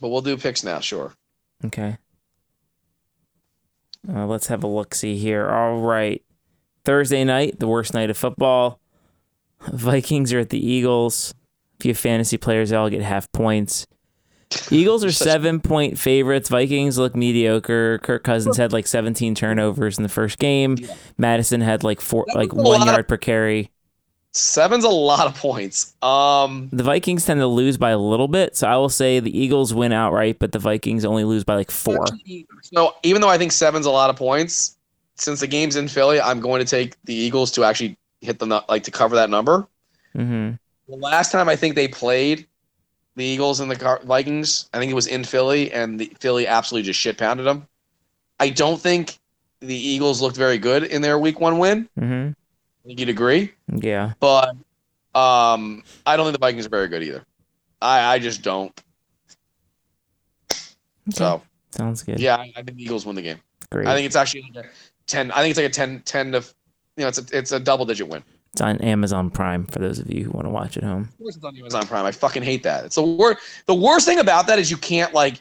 Speaker 3: But we'll do picks now, sure.
Speaker 2: Okay. Uh, let's have a look see here. All right. Thursday night, the worst night of football. Vikings are at the Eagles. If you have fantasy players, they all get half points. Eagles are
Speaker 3: Such-
Speaker 2: seven point favorites. Vikings look mediocre. Kirk Cousins had like 17 turnovers in the first game.
Speaker 3: Yeah.
Speaker 2: Madison had like four,
Speaker 3: That
Speaker 2: like
Speaker 3: was a lot
Speaker 2: one
Speaker 3: of-
Speaker 2: yard per carry.
Speaker 3: Seven's a lot of points. Um,
Speaker 2: The Vikings tend to lose by a little bit, so I will say the Eagles win outright, but the Vikings only lose by like four.
Speaker 3: So even though I think seven's a lot of points, since the game's in Philly, I'm going to take the Eagles to actually hit the nu- like to cover that number.
Speaker 2: Mm-hmm.
Speaker 3: The last time I think they played the Eagles and the Car- Vikings, I think it was in Philly, and the Philly absolutely just shit pounded them. I don't think the Eagles looked very good in their Week One win.
Speaker 2: Mm-hmm.
Speaker 3: I think you'd agree,
Speaker 2: Yeah.
Speaker 3: but um, I don't think the Vikings are very good either. I I just don't. So
Speaker 2: Sounds good.
Speaker 3: yeah, I I think the Eagles win the game.
Speaker 2: Great.
Speaker 3: I think it's actually like a ten. I think it's like a 10, 10 to, you know, it's a, it's a double digit win.
Speaker 2: it's on Amazon Prime for those of you who want to watch at home.
Speaker 3: Of course it's on Amazon Prime. I fucking hate that. It's the worst. The worst thing about that is you can't like,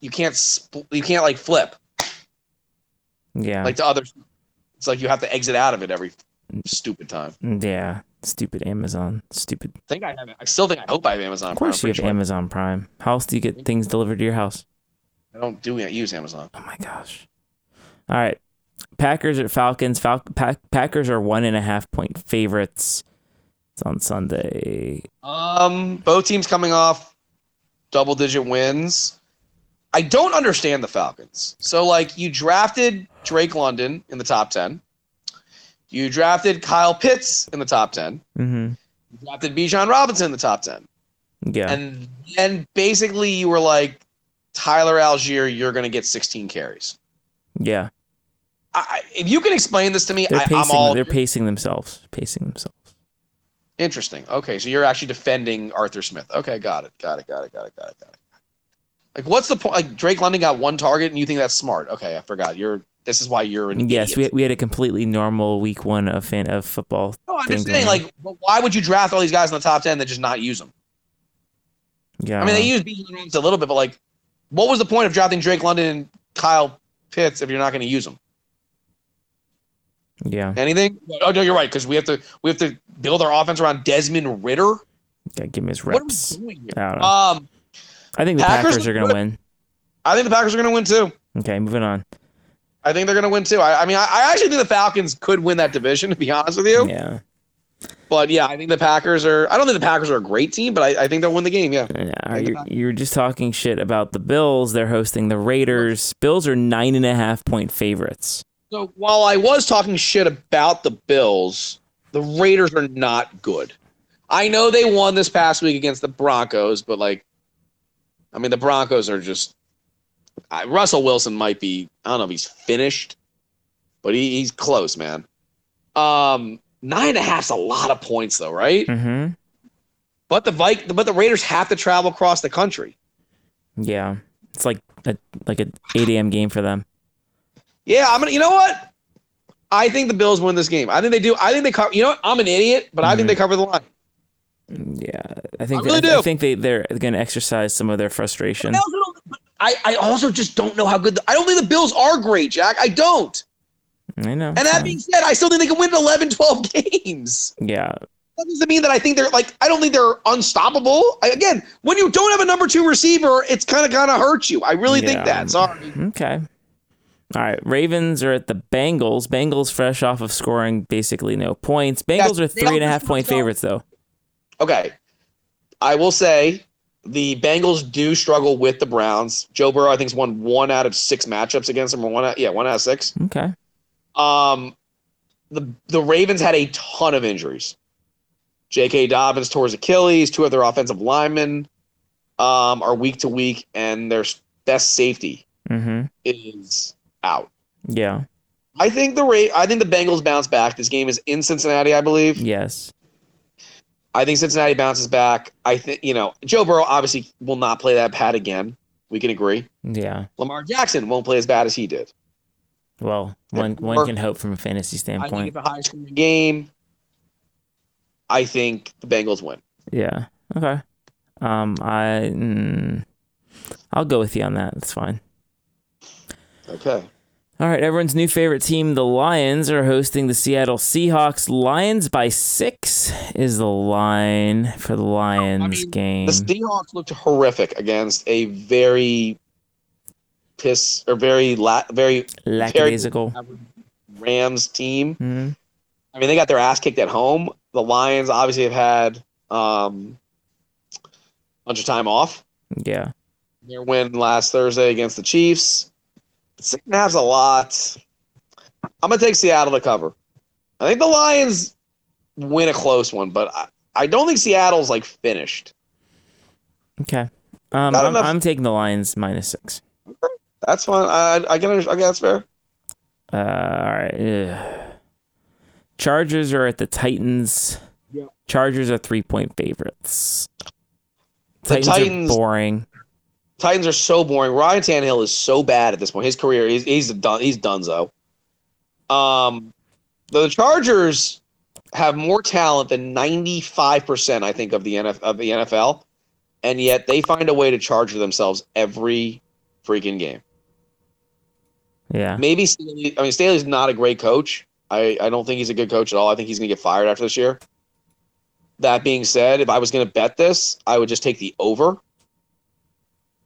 Speaker 3: you can't spl- you can't like flip
Speaker 2: Yeah.
Speaker 3: like to others. It's like you have to exit out of it every stupid time.
Speaker 2: yeah. Stupid Amazon. Stupid.
Speaker 3: I think I have. it. I still think I hope I have Amazon.
Speaker 2: Of course
Speaker 3: Prime.
Speaker 2: you
Speaker 3: I'm
Speaker 2: have
Speaker 3: pretty sure
Speaker 2: Amazon Prime. How else do you
Speaker 3: Mm-hmm.
Speaker 2: get things delivered to your house?
Speaker 3: I don't do I use Amazon.
Speaker 2: Oh my gosh. All right. Packers at Falcons. Fal- Pack- Packers are one and a half point favorites. It's on Sunday.
Speaker 3: Um, both teams coming off double digit wins. I don't understand the Falcons. So like you drafted Drake London in the top 10. You drafted Kyle Pitts in the top 10.
Speaker 2: Mm-hmm.
Speaker 3: You drafted Bijan Robinson in the top 10.
Speaker 2: Yeah.
Speaker 3: And then basically you were like Tyler Algier, you're going to get 16 carries.
Speaker 2: yeah.
Speaker 3: I, I- if you can explain this to me,
Speaker 2: They're
Speaker 3: I,
Speaker 2: pacing.
Speaker 3: I'm all
Speaker 2: they're pacing themselves. Pacing themselves.
Speaker 3: Interesting. Okay, so you're actually defending Arthur Smith. Okay, got it. Got it. Got it. Got it. Got it. Got it. Like, what's the point? Like, Drake London got one target, and you think that's smart? Okay, I forgot. You're. This is why you're an
Speaker 2: Yes, we,
Speaker 3: idiot.
Speaker 2: we had a completely normal week one of fan of football.
Speaker 3: No, I'm just
Speaker 2: thing
Speaker 3: saying.
Speaker 2: going on.
Speaker 3: Like, but why would you draft all these guys in the top ten that just not use them?
Speaker 2: Yeah.
Speaker 3: I mean, they use Bijan Robinson a little bit, but like, what was the point of drafting Drake London and Kyle Pitts if you're not going to use them?
Speaker 2: yeah.
Speaker 3: Anything? Oh no, you're right because we have to we have to build our offense around Desmond Ritter.
Speaker 2: Gotta give him his
Speaker 3: What are
Speaker 2: reps. Uh-huh.
Speaker 3: we doing here?
Speaker 2: I don't know.
Speaker 3: Um,
Speaker 2: I think the
Speaker 3: Packers
Speaker 2: Packers, are gonna
Speaker 3: look
Speaker 2: win.
Speaker 3: I think the Packers are going to win too.
Speaker 2: Okay, moving on.
Speaker 3: I think they're going to win too. I, I mean, I, I actually think the Falcons could win that division, to be honest with you.
Speaker 2: Yeah.
Speaker 3: But yeah, I think the Packers are. I don't think the Packers are a great team, but I, I think they'll win the game. Yeah,
Speaker 2: Yeah,
Speaker 3: I
Speaker 2: you,
Speaker 3: got-
Speaker 2: you were just talking shit about the Bills. They're hosting the Raiders. Bills are nine and a half point favorites.
Speaker 3: So while I was talking shit about the Bills, the Raiders are not good. I know they won this past week against the Broncos, but like, I mean, the Broncos are just. I, Russell Wilson might be. I don't know if he's finished, but he, he's close, man. Um, nine and a half's a lot of points, though, right?
Speaker 2: Mm-hmm.
Speaker 3: But the Vic, but the Raiders have to travel across the country.
Speaker 2: Yeah, it's like a like a eight a.m. game for them.
Speaker 3: Yeah, I'm gonna. You know what? I think the Bills win this game. I think they do. I think they cover. You know what? I'm an idiot, but I think they cover the line.
Speaker 2: Yeah, I think
Speaker 3: I really
Speaker 2: they,
Speaker 3: do.
Speaker 2: I think they they're gonna exercise some of their frustration.
Speaker 3: I also don't- but I, I also just don't know how good. The, I don't think the Bills are great, Jack. I don't.
Speaker 2: I know.
Speaker 3: And that
Speaker 2: means
Speaker 3: being said, I still think they can win 11, 12 games.
Speaker 2: yeah,
Speaker 3: That doesn't mean that I think they're like. I don't think they're unstoppable. I, again, when you don't have a number two receiver, it's kind of kind of hurt you. I really
Speaker 2: Yeah.
Speaker 3: think that. Sorry.
Speaker 2: okay. All right, Ravens are at the Bengals. Bengals fresh off of scoring basically no points. Bengals are
Speaker 3: they
Speaker 2: three and a
Speaker 3: almost
Speaker 2: half point
Speaker 3: lost out.
Speaker 2: favorites though.
Speaker 3: okay. I will say the Bengals do struggle with the Browns. Joe Burrow, I think, has won one out of six matchups against them, or one out, yeah, one out of six.
Speaker 2: Okay.
Speaker 3: Um, the the Ravens had a ton of injuries. J.K. Dobbins tore his Achilles. Two of their offensive linemen um, are week to week, and their s- best safety
Speaker 2: Mm-hmm.
Speaker 3: is out.
Speaker 2: Yeah.
Speaker 3: I think the Ra- I think the Bengals bounce back. This game is in Cincinnati, I believe.
Speaker 2: Yes.
Speaker 3: I think Cincinnati bounces back. I think you know Joe Burrow obviously will not play that bad again. We can agree.
Speaker 2: Yeah.
Speaker 3: Lamar Jackson won't play as bad as he did.
Speaker 2: Well, one one
Speaker 3: Or-
Speaker 2: can hope from a fantasy
Speaker 3: I think
Speaker 2: standpoint.
Speaker 3: it's a high scoring game. I think the Bengals win.
Speaker 2: Yeah. Okay. Um, I mm, I'll go with you on that. That's fine.
Speaker 3: Okay.
Speaker 2: All right, everyone's new favorite team, the Lions, are hosting the Seattle Seahawks. Lions by six is the line for the Lions
Speaker 3: mean,
Speaker 2: game.
Speaker 3: The Seahawks looked horrific against a very piss or very la- very
Speaker 2: Lackadaisical.
Speaker 3: Rams team.
Speaker 2: hmm
Speaker 3: I mean, they got their ass kicked at home. The Lions obviously have had um, a bunch of time off.
Speaker 2: Yeah.
Speaker 3: their win last Thursday against the Chiefs. Six and a half's a lot. I'm gonna take Seattle to cover. I think the Lions win a close one, but I, I don't think Seattle's like finished.
Speaker 2: Okay. Um,
Speaker 3: Not
Speaker 2: I'm,
Speaker 3: enough-
Speaker 2: I'm taking the Lions minus six.
Speaker 3: That's fine. I I can understand. Okay, that's fair.
Speaker 2: Uh, all right. Ugh. Chargers are at the Titans.
Speaker 4: Yep.
Speaker 2: Chargers are three point favorites.
Speaker 3: The
Speaker 2: Titans,
Speaker 3: Titans-
Speaker 2: are boring.
Speaker 3: Titans are so boring. Ryan Tannehill is so bad at this point. His career, he's he's done. He's donezo. Um, the Chargers have more talent than ninety five percent, I think, of the NF, of the NFL, and yet they find a way to charge themselves every freaking game.
Speaker 2: Yeah.
Speaker 3: Maybe Staley, I mean Staley's not a great coach. I, I don't think he's a good coach at all. I think he's going to get fired after this year. That being said, if I was going to bet this, I would just take the over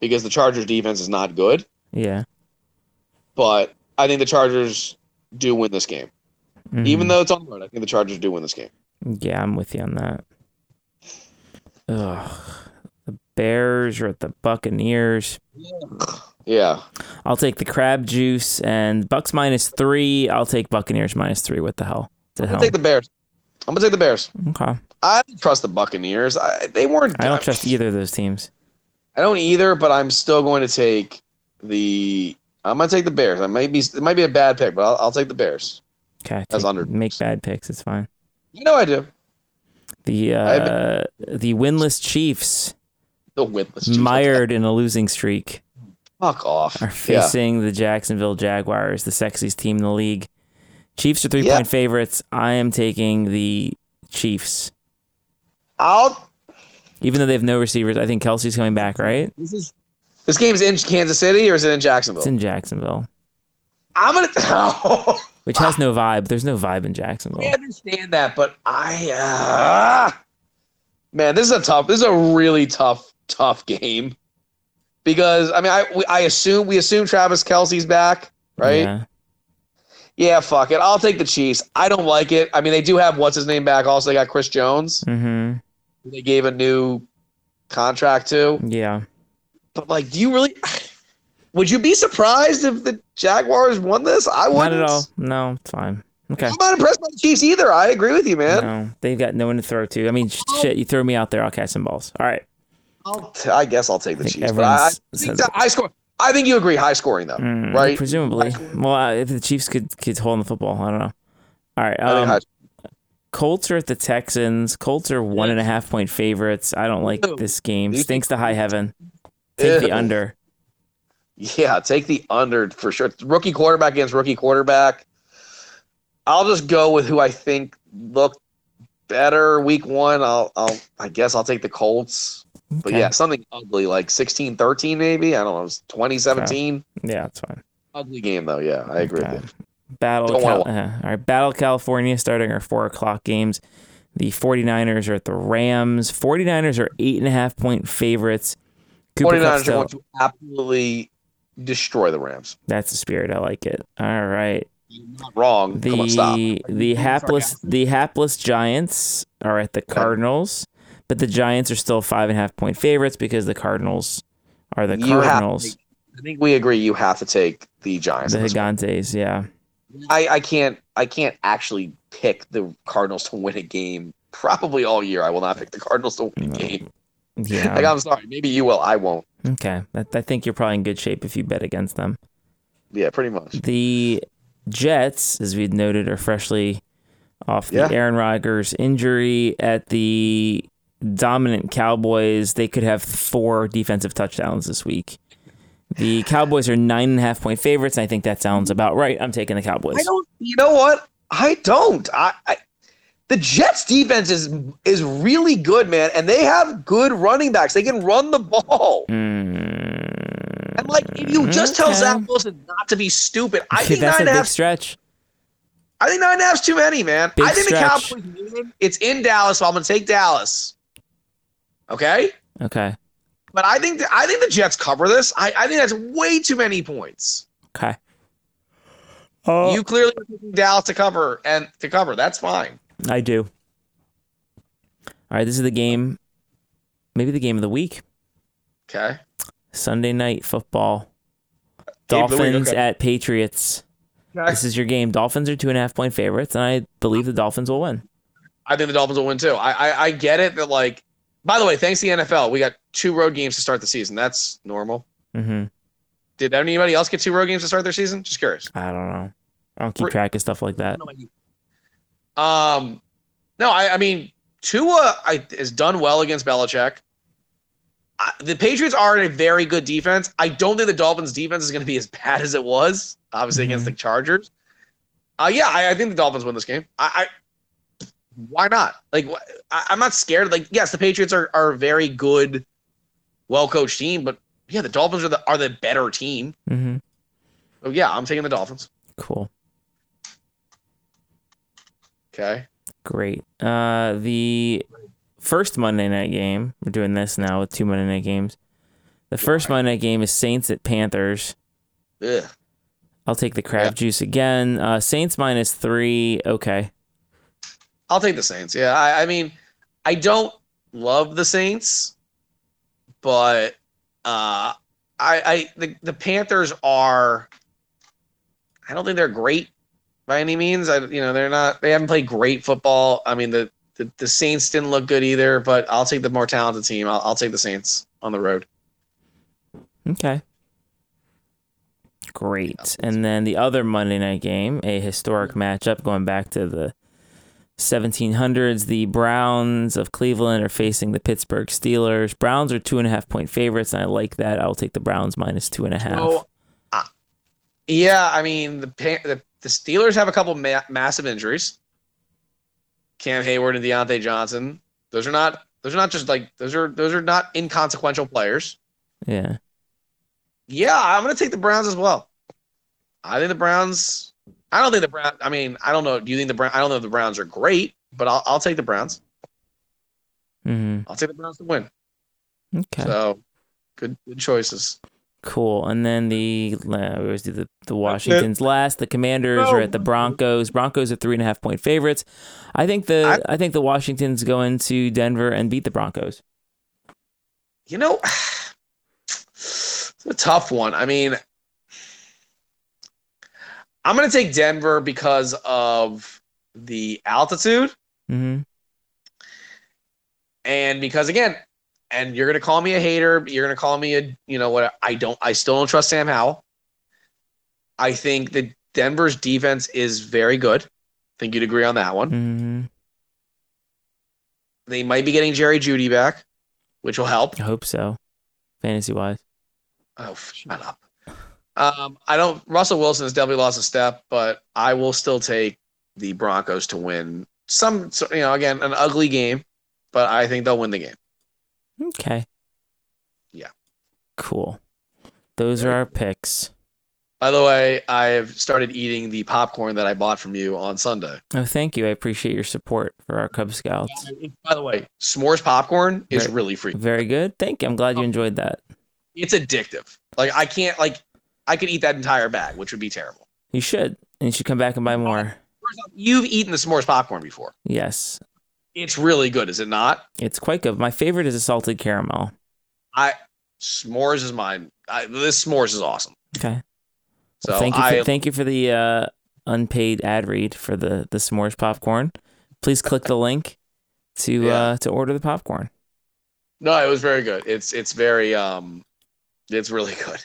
Speaker 3: because the Chargers defense is not good.
Speaker 2: Yeah.
Speaker 3: But I think the Chargers do win this game,
Speaker 2: Mhm.
Speaker 3: even though it's on the road. I think the Chargers do win this game.
Speaker 2: Yeah, I'm with you on that. Ugh. The Bears are at the Buccaneers.
Speaker 3: Yeah,
Speaker 2: I'll take the crab juice and Bucks minus three. I'll take Buccaneers minus three. What the hell? To
Speaker 3: I'm
Speaker 2: hell.
Speaker 3: gonna take the Bears. I'm gonna take the Bears.
Speaker 2: okay.
Speaker 3: I don't trust the Buccaneers. I, they weren't.
Speaker 2: I don't trust either of those teams.
Speaker 3: I don't either, but I'm still going to take the. I'm gonna take the Bears. I might be. It might be a bad pick, but I'll, I'll take the Bears.
Speaker 2: Okay.
Speaker 3: As
Speaker 2: take-
Speaker 3: underdogs.
Speaker 2: Make bad picks. It's fine.
Speaker 3: You know I do.
Speaker 2: The uh, the winless Chiefs,
Speaker 3: The winless. Chiefs.
Speaker 2: mired in a losing streak,
Speaker 3: Fuck off.
Speaker 2: are
Speaker 3: Yeah.
Speaker 2: facing the Jacksonville Jaguars, the sexiest team in the league. Chiefs are three
Speaker 3: Yeah.
Speaker 2: point favorites. I am taking the Chiefs.
Speaker 3: I'll.
Speaker 2: Even though they have no receivers, I think Kelsey's coming back, right?
Speaker 3: This is. This game's in Kansas City or is it in Jacksonville?
Speaker 2: It's in Jacksonville,
Speaker 3: I'm gonna. oh,
Speaker 2: which has no vibe. There's no vibe in Jacksonville.
Speaker 3: I understand that, but I. Uh, man, this is a tough. This is a really tough, tough game. Because I mean, I we, I assume we assume Travis Kelsey's back, right?
Speaker 2: Yeah.
Speaker 3: Yeah, fuck it. I'll take the Chiefs. I don't like it. I mean, they do have what's his name back. Also, they got Chris Jones.
Speaker 2: Mm-hmm.
Speaker 3: who They gave a new contract to.
Speaker 2: Yeah.
Speaker 3: But like, do you really? Would you be surprised if the Jaguars won this? I
Speaker 2: Not
Speaker 3: wouldn't.
Speaker 2: at all. No, it's fine. Okay.
Speaker 3: I'm not impressed by the Chiefs either. I agree with you, man.
Speaker 2: No, they've got no one to throw to. I mean, sh- shit, you throw me out there, I'll catch some balls. All right.
Speaker 3: I'll t- I guess I'll take the
Speaker 2: I think
Speaker 3: Chiefs. But I, I
Speaker 2: everyone's-
Speaker 3: think that high score. I think you agree. High scoring though,
Speaker 2: Mm,
Speaker 3: right?
Speaker 2: Presumably. Well, uh, if the Chiefs could could hold on the football, I don't know. All right.
Speaker 3: I think
Speaker 2: Um,
Speaker 3: high-
Speaker 2: Colts are at the Texans. Colts are one and a half point favorites. I don't like
Speaker 3: Ew.
Speaker 2: this game.
Speaker 3: You-
Speaker 2: Stinks to high heaven. Take
Speaker 3: Ew.
Speaker 2: the under.
Speaker 3: Yeah, take the under for sure. It's Rookie quarterback against rookie quarterback. I'll just go with who I think looked better week one. I'll, I'll I guess I'll take the Colts. But
Speaker 2: Okay.
Speaker 3: yeah, something ugly like 16 13, maybe. I don't know. It's 2017.
Speaker 2: Yeah, that's fine.
Speaker 3: Ugly game, though. Yeah, I agree
Speaker 2: Okay.
Speaker 3: with you.
Speaker 2: Battle
Speaker 3: Don't wanna
Speaker 2: Cal- uh, all right, Battle California starting our four o'clock games. The 49ers are at the Rams. 49ers are eight and a half point favorites. Cooper
Speaker 3: 49ers
Speaker 2: Cup's
Speaker 3: are
Speaker 2: still-
Speaker 3: going to absolutely destroy the Rams.
Speaker 2: that's the spirit. I like it. All right.
Speaker 3: You're not wrong. Come on, stop.
Speaker 2: The the hapless the hapless Giants are at the Cardinals, but the Giants are still five and a half point favorites because the Cardinals are the
Speaker 3: You have to
Speaker 2: Cardinals.
Speaker 3: take- I think we agree you have to take the Giants.
Speaker 2: The
Speaker 3: in this one.
Speaker 2: Gigantes, yeah.
Speaker 3: I, I can't I can't actually pick the Cardinals to win a game. Probably all year, I will not pick the Cardinals to win a game. Like
Speaker 2: Yeah.
Speaker 3: I'm sorry, maybe you will. I won't.
Speaker 2: okay. I, I think you're probably in good shape if you bet against them.
Speaker 3: Yeah, pretty much.
Speaker 2: The Jets, as we noted, are freshly off the
Speaker 3: Yeah.
Speaker 2: Aaron Rodgers injury at the dominant Cowboys. They could have four defensive touchdowns this week. The Cowboys are nine and a half point favorites. and I think that sounds about right. I'm taking the Cowboys.
Speaker 3: I don't. You know what? I don't. I, I the Jets defense is is really good, man, and they have good running backs. They can run the ball.
Speaker 2: Mm,
Speaker 3: And like, if you just tell
Speaker 2: Okay.
Speaker 3: Zach Wilson not to be stupid, I think
Speaker 2: Mm-hmm. that's a
Speaker 3: nine and a
Speaker 2: big
Speaker 3: half.
Speaker 2: stretch.
Speaker 3: I think nine and a half's too many, man.
Speaker 2: Big
Speaker 3: I think
Speaker 2: stretch.
Speaker 3: the Cowboys. win. It's in Dallas, so I'm gonna take Dallas. Okay.
Speaker 2: Okay.
Speaker 3: But I think the, I think the Jets cover this. I, I think that's way too many points.
Speaker 2: Okay. Oh,
Speaker 3: You clearly are picking Dallas to cover and to cover. That's fine.
Speaker 2: I do. All right, this is the game, maybe the game of the week.
Speaker 3: Okay.
Speaker 2: Sunday night football.
Speaker 3: Game of the week,
Speaker 2: Dolphins
Speaker 3: okay.
Speaker 2: at Patriots. This is your game. Dolphins are two and a half point favorites, and I believe the Dolphins will win.
Speaker 3: I think the Dolphins will win too. I, I I get it that like. By the way, thanks to the NFL, we got two road games to start the season. That's normal.
Speaker 2: hmm
Speaker 3: Did anybody else get two road games to start their season? Just curious.
Speaker 2: I don't know. I don't keep
Speaker 3: Re-
Speaker 2: track of stuff like that.
Speaker 3: Um, no, I, I mean Tua I, has done well against Belichick. I, the Patriots are a very good defense. I don't think the Dolphins' defense is going to be as bad as it was, obviously against the Chargers. Uh, yeah, I, I think the Dolphins win this game. I, I why not? Like, wh- I, I'm not scared. Like, yes, the Patriots are are a very good, well coached team, but yeah, the Dolphins are the are the better team.
Speaker 2: hmm
Speaker 3: Oh yeah, I'm taking the Dolphins.
Speaker 2: Cool.
Speaker 3: Okay.
Speaker 2: Great. Uh, the first Monday night game. We're doing this now with two Monday night games. The first Monday night game is Saints at Panthers.
Speaker 3: Ugh.
Speaker 2: I'll take the crab
Speaker 3: Yeah.
Speaker 2: juice again. Uh, Saints minus three. Okay.
Speaker 3: I'll take the Saints. Yeah, I, I mean, I don't love the Saints, but uh, I, I the, the Panthers are. I don't think they're great by any means. I you know they're not. They haven't played great football. I mean the the, the Saints didn't look good either. But I'll take the more talented team. I'll, I'll take the Saints on the road.
Speaker 2: Okay. Great. And then the other Monday night game, a historic matchup going back to the 1700s. The Browns of Cleveland are facing the Pittsburgh Steelers. Browns are two and a half point favorites, and I like that. I'll take the Browns minus two and a half.
Speaker 3: So, uh, yeah, I mean the, Pan- the the Steelers have a couple ma- massive injuries. Cam Hayward and Deontay Johnson. Those are not those are not just like those are those are not inconsequential players.
Speaker 2: Yeah.
Speaker 3: Yeah, I'm gonna take the Browns as well. I think the Browns. I don't think the Browns. I mean, I don't know. Do you think the Browns? I don't know if the Browns are great, but I'll, I'll take the Browns.
Speaker 2: hmm
Speaker 3: I'll take the Browns to win.
Speaker 2: Okay.
Speaker 3: So, good, good choices.
Speaker 2: Cool. And then the uh, we always do the, the Washington's last. The Commanders are at the Broncos. Broncos are three and a half point favorites. I think the I, think the Washington's going to Denver and beat the Broncos.
Speaker 3: You know, it's a tough one. I mean, I'm going to take Denver because of the altitude
Speaker 2: hmm
Speaker 3: and because again, and you're going to call me a hater, but you're going to call me a, you know what, I don't I still don't trust Sam Howell. I think that Denver's defense is very good. I think you'd agree on that one.
Speaker 2: hmm
Speaker 3: They might be getting Jerry Judy back, which will help.
Speaker 2: I hope so. Fantasy wise.
Speaker 3: Oh, f- shut up. Um, I don't. Russell Wilson has definitely lost a step, but I will still take the Broncos to win. Some, so, you know, again, an ugly game, but I think they'll win the game.
Speaker 2: Okay.
Speaker 3: Yeah.
Speaker 2: Cool. Those are our picks.
Speaker 3: By the way, I have started eating the popcorn that I bought from you on Sunday.
Speaker 2: Oh, thank you. I appreciate your support for our Cub Scouts.
Speaker 3: By the way, s'mores popcorn is
Speaker 2: Right.
Speaker 3: really free.
Speaker 2: Very good. Thank you. I'm glad you enjoyed that.
Speaker 3: It's addictive. Like I can't. Like I could eat that entire bag, which would be terrible.
Speaker 2: You should. And you should come back and buy more.
Speaker 3: First off, you've eaten the s'mores popcorn before.
Speaker 2: Yes.
Speaker 3: It's really good, is it not?
Speaker 2: It's quite good. My favorite is a salted caramel.
Speaker 3: I s'mores is mine. I, this s'mores is awesome.
Speaker 2: Okay.
Speaker 3: So
Speaker 2: thank you. For,
Speaker 3: I
Speaker 2: thank you for the uh, unpaid ad read for the the s'mores popcorn. Please click the link to
Speaker 3: Yeah.
Speaker 2: uh, to order the popcorn.
Speaker 3: no, it was very good. It's it's very um, it's really good.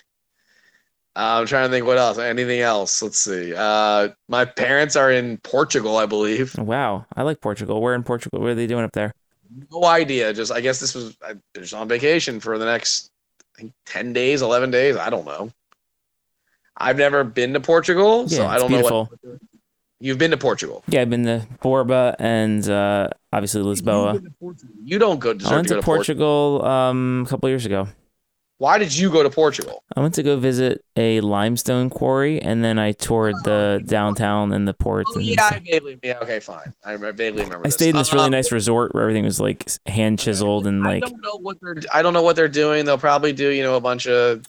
Speaker 3: Uh, I'm trying to think what else. Anything else? Let's see. Uh, my parents are in Portugal, I believe.
Speaker 2: Wow, I like Portugal. We're in Portugal. What are they doing up there?
Speaker 3: No idea. Just I guess this was I, they're just on vacation for the next I think ten days, eleven days. I don't know. I've never been to Portugal, so
Speaker 2: Yeah,
Speaker 3: I
Speaker 2: it's
Speaker 3: don't know
Speaker 2: beautiful.
Speaker 3: what you've been to Portugal.
Speaker 2: Yeah, I've been to Borba and uh, obviously Lisboa.
Speaker 3: You don't go deserve
Speaker 2: I went
Speaker 3: to
Speaker 2: to,
Speaker 3: go to Portugal.
Speaker 2: Portugal um, a couple years ago.
Speaker 3: Why did you go to Portugal?
Speaker 2: I went to go visit a limestone quarry, and then I toured the downtown and the port.
Speaker 3: Oh,
Speaker 2: and
Speaker 3: yeah, I vaguely, yeah, okay, fine. I re- vaguely remember.
Speaker 2: I stayed in this really
Speaker 3: Um,
Speaker 2: nice resort where everything was like hand chiseled and like
Speaker 3: I don't know what they're. I don't know what they're doing. They'll probably do you know a bunch of.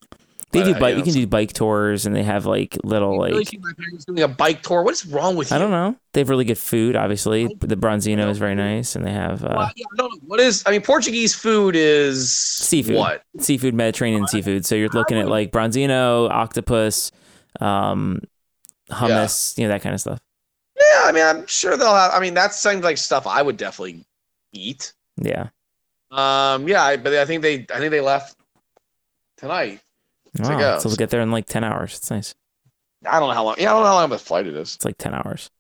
Speaker 2: They
Speaker 3: But,
Speaker 2: do
Speaker 3: uh,
Speaker 2: bike.
Speaker 3: you
Speaker 2: You
Speaker 3: know,
Speaker 2: can do bike tours, and they have like little
Speaker 3: You really
Speaker 2: like
Speaker 3: see my parents doing a bike tour. What is wrong with you?
Speaker 2: I don't know. They have really good food. Obviously,
Speaker 3: Bike
Speaker 2: the Bronzino is very nice, and they have uh,
Speaker 3: Well, yeah, I don't know. What is? I mean, Portuguese food is
Speaker 2: Seafood.
Speaker 3: What?
Speaker 2: seafood, Mediterranean seafood. So you're looking at like Bronzino, octopus, um, hummus, you know that kind of stuff.
Speaker 3: Yeah, I mean, I'm sure they'll have. I mean, that sounds like stuff I would definitely eat.
Speaker 2: Yeah.
Speaker 3: Um, yeah, I, but I think they. I think they left tonight.
Speaker 2: Wow.
Speaker 3: go.
Speaker 2: So we'll get there in like ten hours. It's nice.
Speaker 3: I don't know how long. Yeah, I don't know how long of a flight it is.
Speaker 2: It's like ten hours.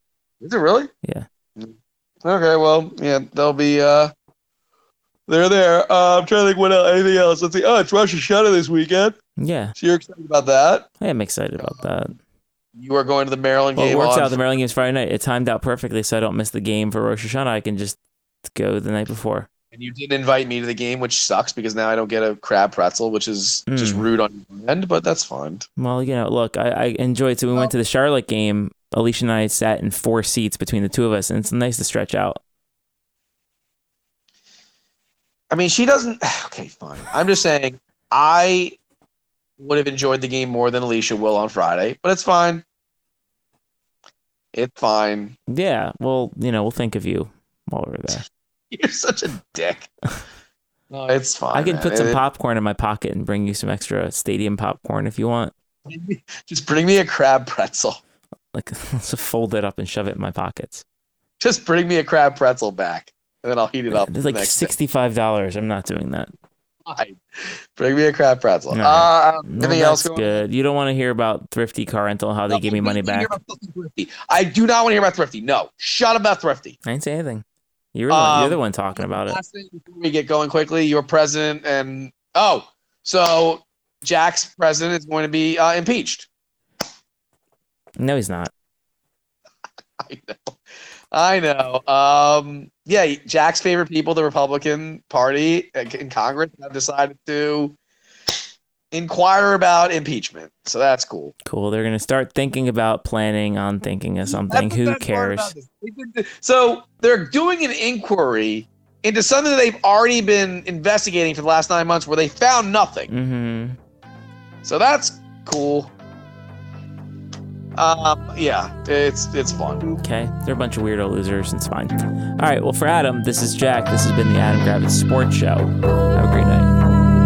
Speaker 3: Is it really?
Speaker 2: Yeah.
Speaker 3: Okay, well, yeah, they'll be. uh They're there. Uh, I'm trying to think what else. Anything else? Let's see. Oh, it's Russia Shutter this weekend.
Speaker 2: Yeah,
Speaker 3: So you're excited about that?
Speaker 2: I am excited about that.
Speaker 3: You are going to the Maryland
Speaker 2: Well, it
Speaker 3: game.
Speaker 2: works
Speaker 3: on-
Speaker 2: out. The Maryland game's Friday night. It timed out perfectly, so I don't miss the game for Rosh Hashanah. I can just go the night before.
Speaker 3: and you didn't invite me to the game, which sucks because now I don't get a crab pretzel, which is just
Speaker 2: Mm.
Speaker 3: rude on your end. But that's fine.
Speaker 2: Well, you know, look, I, I enjoyed. So we went to the Charlotte game. Alicia and I sat in four seats between the two of us, and it's nice to stretch out.
Speaker 3: I mean, she doesn't. Okay, fine. I'm just saying, I would have enjoyed the game more than Alicia will on Friday, but it's fine. It's fine.
Speaker 2: Yeah. Well, you know, we'll think of you while we're there.
Speaker 3: You're such a dick. No, it's fine.
Speaker 2: I can
Speaker 3: man.
Speaker 2: put some
Speaker 3: It-
Speaker 2: popcorn in my pocket and bring you some extra stadium popcorn if you want.
Speaker 3: Just bring me a crab pretzel.
Speaker 2: Like, just fold it up and shove it in my pockets.
Speaker 3: Just bring me a crab pretzel back, and then I'll heat it up.
Speaker 2: It's
Speaker 3: the
Speaker 2: like
Speaker 3: next day.
Speaker 2: sixty-five dollars. I'm not doing that.
Speaker 3: Fine. Bring me a crab pretzel.
Speaker 2: No.
Speaker 3: Uh,
Speaker 2: No,
Speaker 3: anything else?
Speaker 2: that's
Speaker 3: going on?
Speaker 2: good. You don't want to hear about thrifty car rental and how they
Speaker 3: No,
Speaker 2: gave me
Speaker 3: we
Speaker 2: money
Speaker 3: need to hear
Speaker 2: back.
Speaker 3: about fucking Thrifty. I do not want to hear about Thrifty. No, shut up about Thrifty.
Speaker 2: I didn't say anything. You're the, one, you're
Speaker 3: Um,
Speaker 2: the one talking about it.
Speaker 3: Last thing before we get going quickly, your president and oh, so Jack's president is going to be uh, impeached.
Speaker 2: No, he's not.
Speaker 3: I know. I know. Um, yeah, Jack's favorite people, the Republican Party in Congress, have decided to inquire about impeachment. So that's cool.
Speaker 2: Cool. They're gonna start thinking about planning on thinking of something.
Speaker 3: That's the
Speaker 2: Who
Speaker 3: best part
Speaker 2: cares?
Speaker 3: about this. They did th- So they're doing an inquiry into something that they've already been investigating for the last nine months, where they found nothing.
Speaker 2: Mm-hmm.
Speaker 3: So that's cool. Um, yeah, it's it's fun.
Speaker 2: Okay. They're a bunch of weirdo losers. It's fine. All right. Well, for Adam, this is Jack. This has been the Adam Gravitz Sports Show. Have a great night.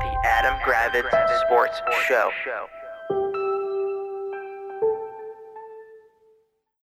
Speaker 1: The Adam Gravitz Sports Show.